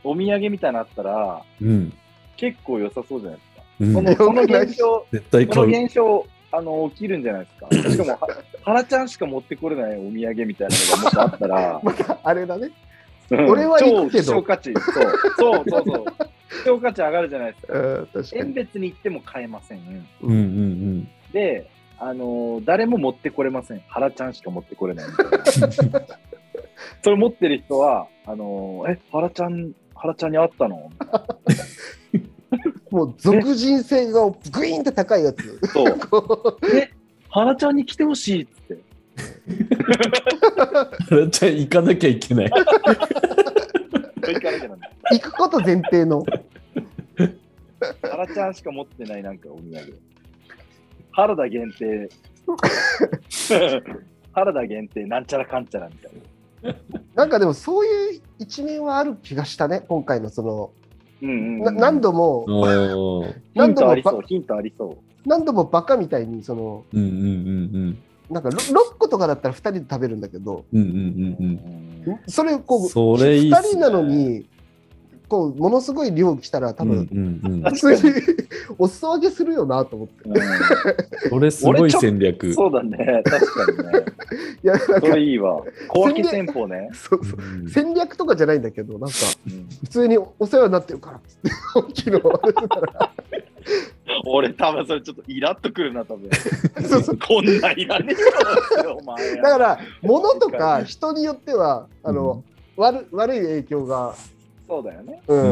Speaker 6: お土産みたいなのあったら、
Speaker 4: うん。
Speaker 6: 結構良さそうじゃないですか。
Speaker 4: うん
Speaker 6: この、この現象、
Speaker 4: 絶対買
Speaker 6: こ
Speaker 4: う。
Speaker 6: の現象、あの、起きるんじゃないですか。しかも、は原ちゃんしか持ってこれないお土産みたいなのがもしあったら、
Speaker 5: [laughs] またあれだね。
Speaker 6: うん
Speaker 5: 俺は行くけ
Speaker 6: 超希
Speaker 5: ど
Speaker 6: 少価値、そう、そうそうそう。希少価値上がるじゃないですか。
Speaker 5: うん、確か
Speaker 6: 遠
Speaker 5: に。
Speaker 6: 別に行っても買えません。
Speaker 4: うんうん
Speaker 6: で、あのー誰も持ってこれません。原ちゃんしか持ってこれないみたいな。 [laughs] それ持ってる人は、あのーえ、原ちゃん、原ちゃんに会ったのみたい
Speaker 5: もう俗人性がグイーンって高い
Speaker 4: [laughs]
Speaker 5: やつ。
Speaker 6: な [laughs] そう。え、原ちゃんに来てほしいっつって。
Speaker 4: うん。原ちゃん行かなきゃいけ
Speaker 6: [laughs]
Speaker 4: ない。
Speaker 6: それ行かなきゃなんだ。
Speaker 5: 行くこと前提の。
Speaker 6: 原ちゃんしか持ってないなんかお土産。原田限 [laughs] 定。原田限定なんちゃらかんちゃらみたいな。
Speaker 5: なんかでもそういう一面はある気がしたね、今回のその、
Speaker 6: うんうんう、
Speaker 5: なん何度も、
Speaker 4: おー
Speaker 6: ヒン
Speaker 5: 何度
Speaker 6: トあ
Speaker 5: も
Speaker 6: り
Speaker 5: ば
Speaker 6: そう、ヒントありそう。
Speaker 5: 何度もバカみたいに、その、
Speaker 4: うんうん
Speaker 5: なんか 6, 個とかだったら2人で食べるんだけど、
Speaker 4: うんうん。うんうんうん
Speaker 5: それを
Speaker 4: う
Speaker 5: こ
Speaker 4: ん。
Speaker 5: う、
Speaker 4: それいいっ
Speaker 5: 2
Speaker 4: す
Speaker 5: 人
Speaker 4: ね。
Speaker 5: なのに、こう、ものすごい量来たら、多
Speaker 4: うん
Speaker 5: 分、
Speaker 4: うんうん。
Speaker 5: 普通に [laughs] お裾分けするよなと思って。
Speaker 6: う
Speaker 4: それすごい戦略
Speaker 6: ん。そうだね、確かにね。
Speaker 5: いや、なん
Speaker 6: そ
Speaker 5: か、
Speaker 6: れいいわ。小分け戦法ね。
Speaker 5: そうそう。
Speaker 4: うん
Speaker 5: 戦略とかじゃないんだけど、なんか、
Speaker 6: うん
Speaker 5: 普通にお世話になってるからっつって、大
Speaker 4: [laughs]
Speaker 5: きいのを渡してたら
Speaker 6: 俺、多分それちょっとイラっとくるな、多分。
Speaker 5: そうそう
Speaker 6: こんないらねえよ、お前。
Speaker 5: [laughs] だから、物とか人によっては、あの、悪悪い影響が、
Speaker 6: そうだよね。
Speaker 5: うん、
Speaker 6: 末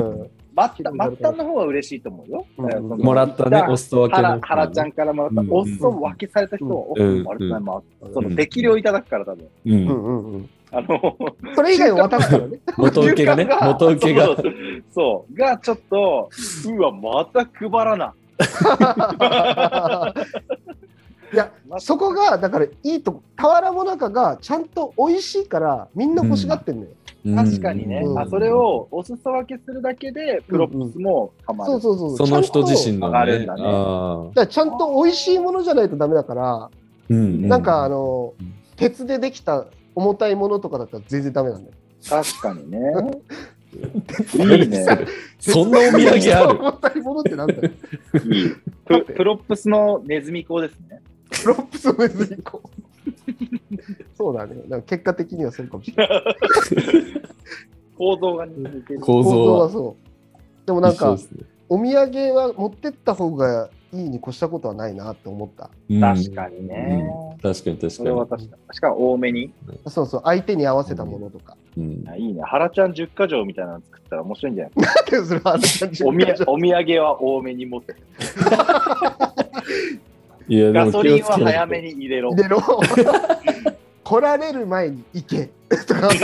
Speaker 6: 端末端の方が嬉しいと思うよ。
Speaker 5: うん
Speaker 6: だからその
Speaker 4: もらったね、おすそ分け
Speaker 6: 原
Speaker 4: の。
Speaker 6: 原ちゃんからもらった、
Speaker 4: うん
Speaker 6: おっそ分けされた人は、おっ
Speaker 4: うん
Speaker 6: あれだな
Speaker 5: うん
Speaker 6: その適量いただくから、多分
Speaker 4: う。
Speaker 5: うんんうんうん。
Speaker 6: あの、
Speaker 5: それ以外を渡すからね。
Speaker 4: 元請けがね、元請け
Speaker 6: [laughs] そ
Speaker 4: が
Speaker 6: う。そうそうがちょっとうわまた配らない
Speaker 4: [laughs]
Speaker 5: や、そこが、だから、いいとこ、俵も中がちゃんと美味しいから、みんな欲しがってんのよ。
Speaker 6: 確かにね、
Speaker 4: うん
Speaker 6: あそれをお裾分けするだけでプロップスもたまる、
Speaker 5: そうそうそう。
Speaker 4: その人自身
Speaker 6: ち
Speaker 4: の
Speaker 6: ゃんと上がる
Speaker 4: ね
Speaker 6: んだね
Speaker 4: あー
Speaker 5: だからちゃんと美味しいものじゃないとダメだから、
Speaker 4: うん
Speaker 5: なんか
Speaker 6: [laughs]
Speaker 5: あの
Speaker 4: うん
Speaker 5: 鉄でできた重たいものとかだったら全然ダメなんだよ。
Speaker 6: 確か [laughs] にねいいね
Speaker 5: [laughs]
Speaker 4: そんなお土産ある
Speaker 5: 重たいものってなんだよ。
Speaker 6: いいププロップスのネズミ講ですね
Speaker 5: プロップスを別にこ
Speaker 4: [laughs]
Speaker 5: う。そうだね。なんか結果的にはそうかもしれない。
Speaker 6: 構造が似てる
Speaker 4: 構
Speaker 5: 構
Speaker 4: 造
Speaker 5: 造
Speaker 4: は
Speaker 5: はそう。でもなんか
Speaker 4: 一緒ですね
Speaker 5: お土産は持ってった方がいいに越したことはないなと思った。
Speaker 4: うん
Speaker 6: 確かにね、
Speaker 4: 確かに確
Speaker 6: そ
Speaker 4: か
Speaker 6: れ
Speaker 4: に
Speaker 6: は確かにしかも多めに
Speaker 5: そうそう相手に合わせたものとか。
Speaker 4: うん
Speaker 6: あいいね原ちゃん10か条みたいなの作ったら面白いんじゃ
Speaker 4: [laughs]
Speaker 6: ない
Speaker 5: で [laughs] もそれはあの感じ
Speaker 6: おみやお土産は多めに持って
Speaker 4: いやで
Speaker 6: ガ
Speaker 4: も
Speaker 6: ソ
Speaker 4: 気
Speaker 6: リ
Speaker 4: を
Speaker 6: ン
Speaker 4: つ
Speaker 6: は
Speaker 4: けない
Speaker 6: 早
Speaker 4: と
Speaker 6: めに入れろ
Speaker 5: 入れろ。 [laughs] 来られる前に行け。 [laughs] とか
Speaker 6: [laughs]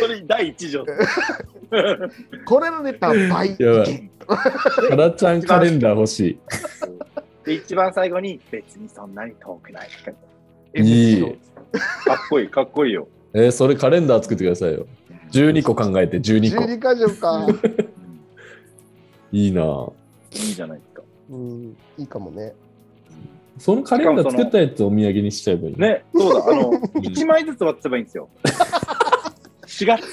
Speaker 6: それ第一条
Speaker 5: 来られた倍
Speaker 4: や
Speaker 5: 行
Speaker 4: ば
Speaker 5: け
Speaker 4: い。タラちゃんカレンダー欲し
Speaker 6: で一番最後に別にそんなに遠くないって書いてある
Speaker 4: いい
Speaker 6: MC かっこいいかっこいいよ
Speaker 4: いえーそれカレンダー作ってくださいよ12個考えて12個
Speaker 5: 12か条か。
Speaker 6: うん
Speaker 4: いいな
Speaker 6: うんいいじゃないですか
Speaker 5: うん、いいかもね。
Speaker 4: そのカレンダー作ったやつをお土産にしちゃえばいい
Speaker 6: ねそうだあの
Speaker 4: うん
Speaker 6: 1枚ずつ割ってばいいんですよ4月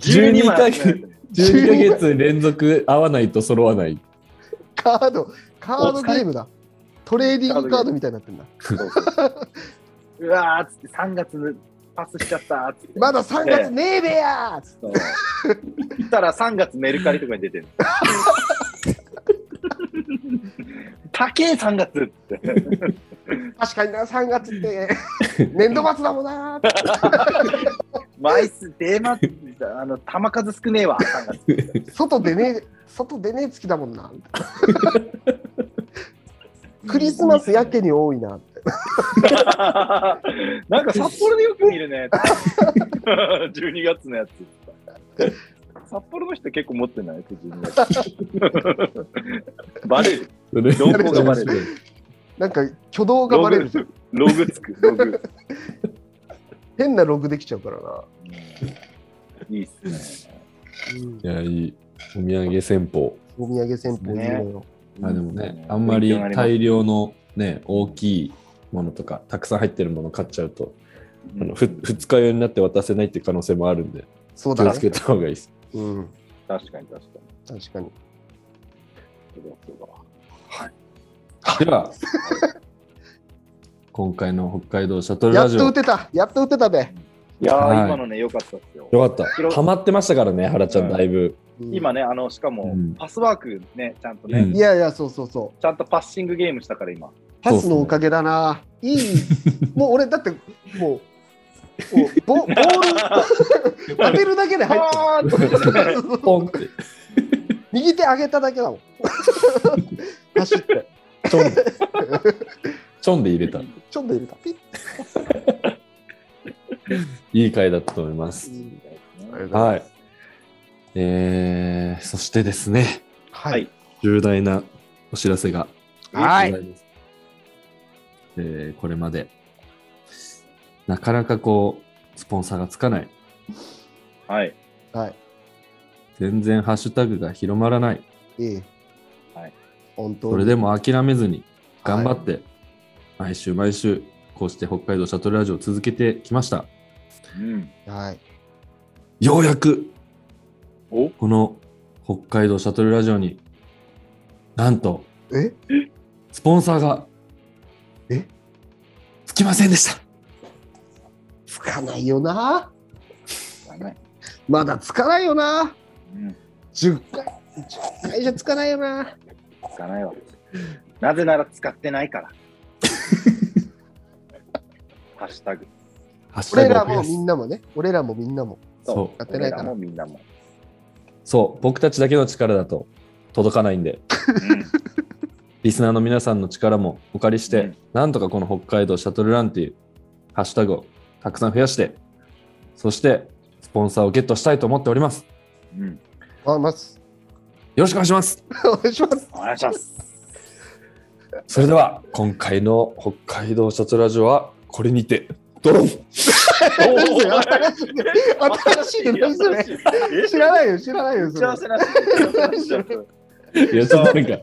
Speaker 4: 12
Speaker 6: 枚
Speaker 4: ヶ [laughs] 月12ヶ月連続合わないと揃わない
Speaker 5: カード、カードゲームだ。トレーディングカードみたいになってんだ。
Speaker 6: そうそううわーっつって3月パスしちゃったーっつって
Speaker 5: まだ3月ねえべやーつ
Speaker 6: そう行ったら3月メルカリとかに
Speaker 4: [laughs]
Speaker 6: 出てる高え3月って
Speaker 5: 確かにな、3月って、年度末だもんなーって。
Speaker 6: 枚数出まあの球数少ねえわ3月
Speaker 5: 外出ねえ、外出ねえ月だもん [laughs] な。クリスマスやけに多いなって。
Speaker 6: [laughs] なんか札幌でよく見る [laughs] ね。12月のやつ。札幌の人結構持ってない ?12 月。バレる。
Speaker 4: それ
Speaker 6: ロゴがバレる。
Speaker 5: なんか挙動がバレるじゃん。
Speaker 6: ログつく。ログ。
Speaker 5: 変なログできちゃうからな。
Speaker 6: いいっすね。
Speaker 5: う
Speaker 4: い
Speaker 5: ん
Speaker 4: や、いい。お土産戦法。
Speaker 5: お土産戦法いいのよ。
Speaker 4: まあでもね、あんまり
Speaker 6: 勉強になり
Speaker 4: 大量のね、大きいものとか、たくさん入ってるもの買っちゃうと、あの
Speaker 6: ま
Speaker 4: ふ
Speaker 6: す
Speaker 4: 二日酔いになって渡せないって可能性もあるんで、
Speaker 5: そう
Speaker 4: 気
Speaker 5: だ
Speaker 4: をつけ
Speaker 5: ね。
Speaker 4: た方がいいです。
Speaker 5: うん。
Speaker 6: 確かに確か
Speaker 5: 確かに。
Speaker 6: に。そうだ
Speaker 4: [laughs] では、 [laughs] 今回の北海道シャトル
Speaker 5: や
Speaker 4: ラ
Speaker 5: っ
Speaker 4: ジ
Speaker 5: と
Speaker 4: オ。
Speaker 5: 打
Speaker 4: よ
Speaker 5: てた。やっと打てたべ。
Speaker 6: いや
Speaker 4: は
Speaker 6: ー、
Speaker 4: い
Speaker 6: 今のね、良かったっすよ。
Speaker 4: かった。溜まってましたからね、原ちゃん、だいぶ。 [laughs]
Speaker 5: うん
Speaker 6: 今。ね、あの、しかも
Speaker 4: うん、
Speaker 6: パスワークね、ちゃんと
Speaker 4: うん
Speaker 6: ね、
Speaker 5: いやいや、そうそうそう。
Speaker 6: ちゃんとパッシングゲームしたから今。
Speaker 5: パスのおかげだな。いい。もう俺だって、もう、もうボボー [laughs] ル、当てるだけで入ってる。
Speaker 6: あーっと
Speaker 4: ポンって。
Speaker 5: 右手上げただけ
Speaker 4: [laughs]
Speaker 5: だもん。走って。
Speaker 4: ちょん。ちょんで入れ [laughs] た。い
Speaker 5: ちょっと入れた。ピッ
Speaker 4: い回だったと思います。はい。えー、そしてですね、
Speaker 5: はいい。
Speaker 4: 重大なお知らせが
Speaker 5: は
Speaker 4: ご
Speaker 5: い。
Speaker 4: ざいます。えーこれまで、なかなかこう、スポンサーがつかない。
Speaker 6: はい。
Speaker 5: はい。
Speaker 4: 全然ハッシュタグが広まらない。
Speaker 5: いい。
Speaker 6: はい。
Speaker 5: 本当に
Speaker 4: それでも諦めずに、頑張って、毎週毎週、こうして北海道シャトルラジオを続けてきました。
Speaker 6: うん。
Speaker 5: はい。
Speaker 4: ようやく、
Speaker 6: お
Speaker 4: この北海道シャトルラジオに、なんと、
Speaker 5: え
Speaker 4: スポンサーが、
Speaker 5: え
Speaker 4: つきませんでした。
Speaker 5: つかないよな。
Speaker 6: だね。
Speaker 5: まだつかないよな。
Speaker 6: うん。
Speaker 5: 10回、10回じゃつかないよな。
Speaker 6: つかないわ。なぜなら使ってない
Speaker 5: [laughs]
Speaker 6: から。ハッシュタグ。
Speaker 4: ハッシュタ
Speaker 5: 俺
Speaker 4: グ
Speaker 5: ら
Speaker 4: を増
Speaker 5: も
Speaker 4: や
Speaker 5: み
Speaker 4: す
Speaker 5: んなもね。俺らもみんなも。
Speaker 4: そう
Speaker 5: 使ってないから
Speaker 6: 俺らもみんなも。
Speaker 4: そう、僕たちだけの力だと届かないんで、リスナーの皆さんの力もお借りして、
Speaker 6: うん
Speaker 4: なんとかこの北海道シャトルランっていうハッシュタグをたくさん増やして、そしてスポンサーをゲットしたいと思っております。
Speaker 6: うん。うん。
Speaker 5: あ、まず、
Speaker 4: よろしくお願いします。
Speaker 5: お願いします。
Speaker 6: お願いします。
Speaker 4: それでは、今回の北海道シャトルラジオはこれにて、ドロン
Speaker 5: 何それ新しい新しいの何それ知らないよ、知らないよ、
Speaker 6: 打
Speaker 5: そ
Speaker 6: ち合
Speaker 5: れ
Speaker 6: わ。せなしで打ち合わ
Speaker 4: いや、ちょっとなんか、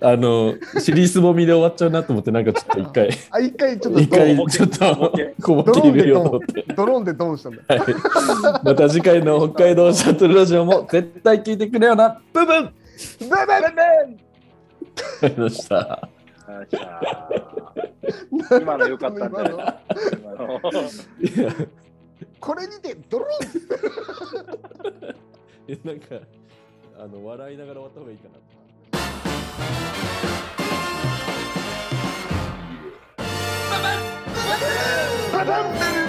Speaker 4: あの、シリーズもみで終わっちゃうなと思って、なんかちょっと一回、
Speaker 5: あ、一回ちょっと
Speaker 4: 一回
Speaker 5: ド
Speaker 4: ちょっと小ボケ入れようと思って。
Speaker 5: ドローンでドンしたんだ。
Speaker 4: はいまた次回の北海道シャトルラジオも絶対聞いてくれよな部分あ
Speaker 5: ブンブン
Speaker 4: りがとうございました。
Speaker 6: せよ
Speaker 5: [laughs]
Speaker 6: し今の良かったんだよな。今の
Speaker 4: いや
Speaker 5: これにてドローン
Speaker 4: いやなんかあの笑いながら終わった方がいいかな。
Speaker 5: ババン